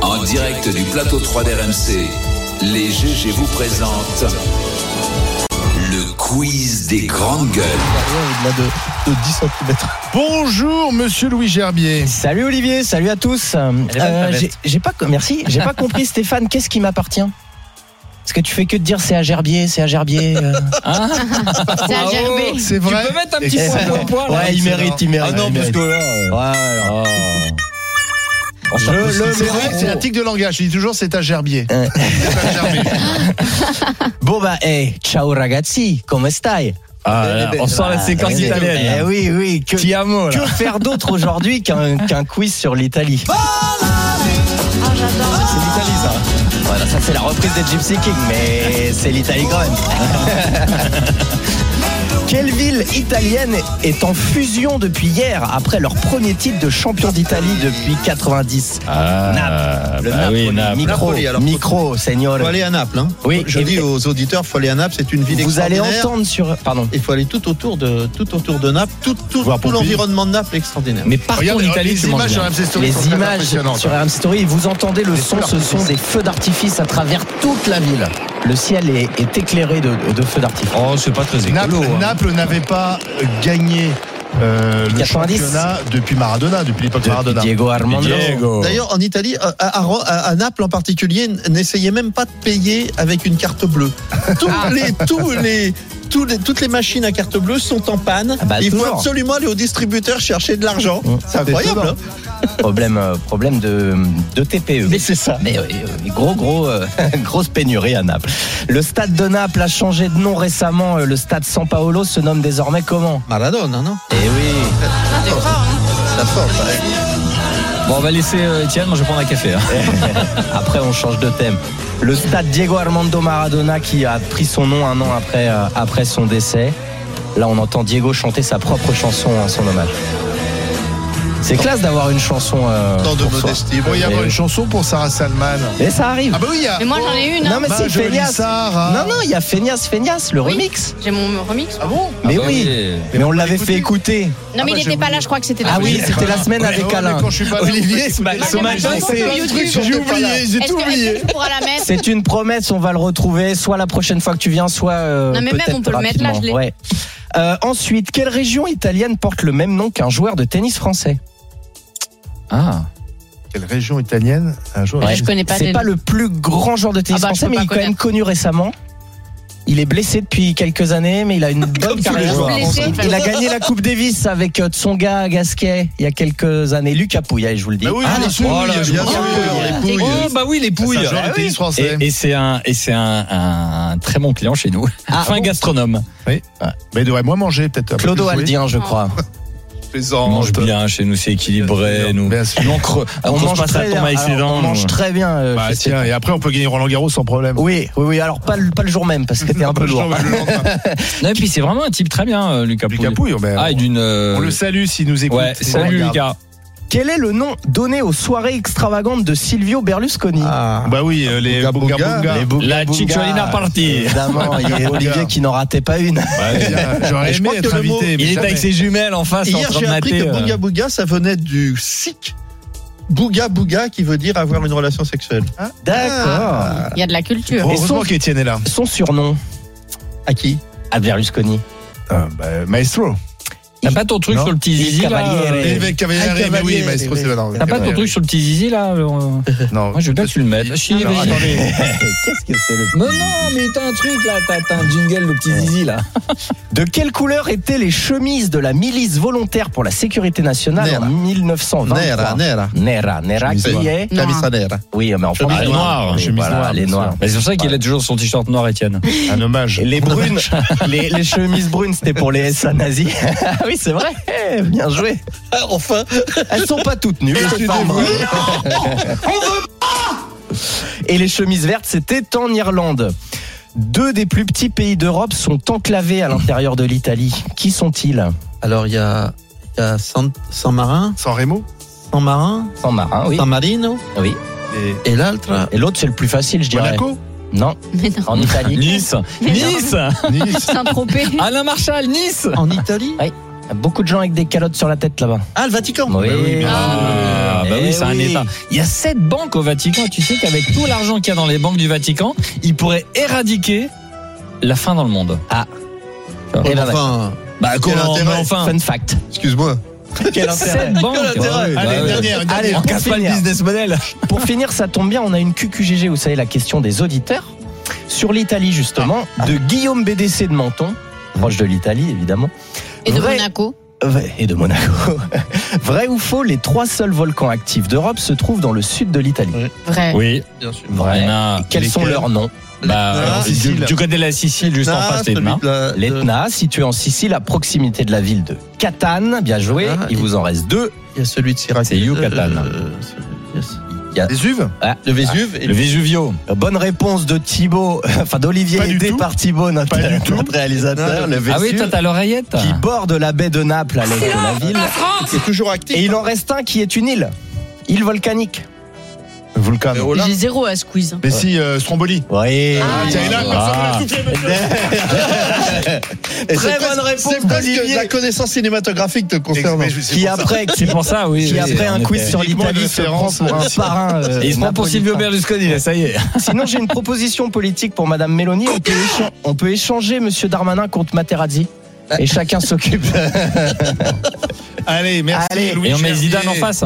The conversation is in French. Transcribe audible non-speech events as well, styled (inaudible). En direct du plateau 3 d'RMC, les GG vous présentent le quiz des grandes gueules. au-delà de, de 10 cm. Bonjour, monsieur Louis Gerbier. Salut Olivier, salut à tous. Euh, est bonne, ta j'ai- veste. j'ai pas, merci, j'ai pas compris Stéphane, qu'est-ce qui m'appartient Parce que tu fais que de dire c'est à Gerbier, c'est à Gerbier. euh. Hein C'est un gerbé. C'est vrai. peux mettre un petit Excellent. point pour point, là. Eh, ouais, il mérite, il mérite. Ah il mérite. là. Voilà. Je le C'est vrai mérite. que c'est un tic de langage. Je dis toujours c'est à Gerbier. Ouais. C'est à Gerbier. Bon bah, eh, ciao ragazzi, come stai Ah, on sent la séquence Eh, eh italienne. oui, oui, que, Ti amo, là. que faire d'autre aujourd'hui qu'un qu'un quiz sur l'Italie Oh, j'adore. C'est l'Italie ça. Voilà, ça c'est la reprise des Gypsy King, mais c'est l'Italie quand même. (laughs) Quelle ville italienne est en fusion depuis hier après leur premier titre de champion d'Italie depuis 90 Ah, Le bah Napoli. oui, Naples. Micro, Napoli, alors. micro, senior. Faut aller à Naples. hein. Oui, Je et- dis aux auditeurs, faut aller à Naples. C'est une ville Vous allez extraordinaire. entendre sur. Pardon. Il faut aller tout autour de tout autour de Naples, tout tout, Voir tout Pompidou. l'environnement de Naples est extraordinaire. Mais partout en Regardez, Italie, les tu manges images sur bien. RMC Story sont Les très images impressionnantes. sur RM Story, vous entendez le son, ce sont des feux d'artifice à travers toute la ville. Le ciel est, est éclairé de, de feux d'artifice. Oh, c'est pas très Naples, écolo. hein. Naples n'avait pas gagné euh, le 90. championnat depuis Maradona, depuis l'époque Maradona. Diego Armando. Diego. D'ailleurs, en Italie, à, à- à Ro- à- à Naples en particulier, n- n'essayez même pas de payer avec une carte bleue. Tous les, tous les, tous les- toutes les machines à carte bleue sont en panne. Ah bah, Il faut toujours. absolument aller au distributeur chercher de l'argent. Mmh. C'est incroyable. Étonnant. hein. problème, euh, problème de, de TPE. Mais c'est ça. Mais euh, gros, gros, euh, (laughs) grosse pénurie à Naples. Le stade de Naples a changé de nom récemment. Euh, Le stade San Paolo se nomme désormais comment Maradona, non Eh oui. La force, ouais. Bon, on va laisser euh, Étienne, moi je vais prendre un café. hein. (laughs) Après, on change de thème. Le stade Diego Armando Maradona qui a pris son nom un an après, euh, après son décès. Là, on entend Diego chanter sa propre chanson en son hommage. C'est classe d'avoir une chanson. euh, Tant de pour soi. modestie. Bon, il y a Mais une oui. chanson pour Sarah Salman. Mais ça arrive. Ah bah oui, il y a. Mais moi j'en ai une. hein. non, mais bah, c'est jolie Feignasse. Sarah. Non, non, il y a Feignasse, Feignasse, le Oui. remix. J'ai mon remix. Ah bon Mais Ah bah oui. Mais on l'avait fait écouter. bah, Non, mais il j'ai n'était pas oublié. là, je crois que c'était Ah la oui, c'était la semaine Ouais, avec ouais, Alain. mais quand je suis pas là, Olivier, ce ma- Moi, ce j'ai ma matin, chanson c'est- sur YouTube. J'ai oublié, j'ai Est-ce tout que- oublié. Est-ce que tu pourras la mettre c'est une promesse, on va le retrouver soit la prochaine fois que tu viens, soit. euh, Non, mais même, peut-être on peut le mettre là, rapidement. je l'ai. Ouais. Euh, ensuite, quelle région italienne porte le même nom qu'un joueur de tennis français Ah. Quelle région italienne un jour Ouais. Je connais pas C'est les- pas le plus grand joueur de tennis Ah bah, je français, peux mais il pas est quand même connu récemment. Il est blessé depuis quelques années, mais il (laughs) a une bonne tous les carrière. joueurs. Blessé, Il a gagné la Coupe Davis avec euh, Tsonga à Gasquet il y a quelques années. Lucas Pouille, je vous le dis. Bah oui, Ah, les pouilles, oh là, bien je sûr, me souviens. les pouilles. Oh, bah oui, les C'est pouilles. un Ah joueur de tennis français. Et, et c'est un, et c'est un, un très bon client chez nous. Ah, enfin, bon gastronome. Mais il devrait moins manger, peut-être. un peu Clodo plus jouer. Aldien, je crois. Ah. On Plaisante. mange bien chez nous, c'est équilibré. Nous, Bien sûr. Nous, on cre- on mange pas ça très tombe bien. avec ses Alors, on dents. nous. mange très bien. euh, Bah, chez tiens, Stéphane. et après, on peut gagner Roland Garros sans problème. Oui, oui, oui. Alors pas le, pas le jour même parce que (laughs) t'es un peu Le lourd. lendemain, le lendemain. Non, et puis c'est vraiment un type très bien, euh, Lucas Lucas Pouille. Pouille, ben, Ah, et on- d'une. on euh, le salue s'il nous écoute. Ouais, Il salut regarde. Lucas. Quel est le nom donné aux soirées extravagantes de Silvio Berlusconi Bah oui, euh, les Bunga Bunga Bunga. Bunga. Les Bunga La Bunga. cicciolina party. Évidemment, (laughs) il y a Olivier qui n'en ratait pas une. Ah, Tiens, (laughs) J'aurais Je aimé crois que être le mot- invité. mais Il est jamais. avec ses jumelles en face en Hier, train de j'ai appris mater, que euh, Bunga Bunga, ça venait du sikh. Bouga Bouga qui veut dire avoir une relation sexuelle. Ah. D'accord. Ah. Il y a de la culture. Et Heureusement son- qu'Étienne est là. Son surnom À qui à Berlusconi. Ah, bah, Maestro. T'as pas ton truc Non. sur le petit Il zizi là cavalier, euh, Et- L'évêque Cavalier, Ah, mais oui, Cavalier, Maestro, oui. c'est non, T'as pas ton truc sur le petit zizi là euh, Non. Moi, je veux bien que tu le mettes. Si, Alors, vas-y. Ah, attendez. Qu'est-ce que c'est le Mais non, mais t'as un truc là, t'as t'as un jingle, le petit zizi là. De quelle couleur étaient les chemises de la milice volontaire pour la sécurité nationale Nera. en 1923 Nera, Nera. Nera, Nera, Chemise qui noire. est Non. Camisa Nera. Oui, mais en Chemise français. noire. Oui, Chemise voilà, noire, les bien noirs. sûr. Mais c'est pour ça qu'il a toujours son t-shirt noir, Étienne. Un hommage. Les brunes, les, les chemises brunes, c'était pour les SA nazis. oui, c'est vrai. Eh, Bien joué. Ah, Enfin, Elles sont pas toutes nues. hein. tu (laughs) devrais- Et les chemises vertes, c'était en Irlande. Deux des plus petits pays d'Europe sont enclavés à l'intérieur de l'Italie. Qui sont-ils Alors, il y a, il y a San, San Marin, San Remo San Marin, San Marin, oui. San Marino, Oui. et et l'autre, Et l'autre, c'est le plus facile, je dirais. Monaco Non, Mais non. en Italie. Nice Mais non. Nice Nice Saint-Tropez. Alain Marshall, Nice (laughs) en Italie. Beaucoup de gens avec des calottes sur la tête là-bas. Ah, le Vatican. Oui. Ah, bah Eh oui, c'est un oui. état. Il y a sept banques au Vatican. Tu sais qu'avec tout l'argent qu'il y a dans les banques du Vatican, ils pourraient éradiquer la faim dans le monde. Ah. Et ben, Enfin, Bah, comment intérêt mais enfin Fun fact. Excuse-moi. Quel Sept banques. intérêt Bah, Allez, ouais. dernière, une Allez, dernière. on casse pas le finir. business model. Pour finir, ça tombe bien, on a une QQGG, vous savez, la question des auditeurs. Sur l'Italie, justement, Ah, de Guillaume BDC de Menton, proche de l'Italie, évidemment, Et de Vrai. Monaco. Vrai- et de Monaco. (laughs) Vrai ou faux, les trois seuls volcans actifs d'Europe se trouvent dans le sud de l'Italie. Vrai. Oui, bien sûr. Vrai. Anna, Et Quels sont lesquels leurs noms bah, Ah, du- Sicile. du côté de la Sicile, juste en Ah, face, les celui mains. de la- de- L'Etna, situé en Sicile, à proximité de la ville de Catane. Bien joué. Ah, Il vous en reste deux. Il y a celui de Syracuse. C'est Yucatan. Euh, celui- yes. Des uves Ah, Le Vésuve et Le Vesuvio. Bonne réponse de Thibaut, (laughs) enfin d'Olivier, Pas du aidé tout. par Thibaut, notre, Pas du tout. notre réalisateur. Le Ah oui, Vésuve, toi, t'as l'oreillette. qui borde la baie de Naples à l'est de la ville. C'est toujours actif. Et il en reste un qui est une île. Île volcanique. Vulcan. Et Olympe. J'ai zéro à squeeze. Mais si, euh, Stromboli. Oui. Ah, tiens, et là, Ah. personne ne l'a soufflé. Et Très c'est bonne presque- réponse, C'est presque Olivier. la connaissance cinématographique te concernant. Mais je- c'est Qui pour ça. après, qui, C'est pour ça, oui. qui oui, après en un effet. quiz sur Uniquement l'Italie une se prend référence, pour un euh, parrain. euh, Et il se prend pour napolitain. Silvio Berlusconi, là, ça y est. Sinon, j'ai une proposition politique pour Madame Mélanie. On peut, écha- on peut échanger Monsieur Darmanin contre Materazzi. Et chacun s'occupe. Allez, merci. Allez. Louis Et on met Gervier. Zidane en face.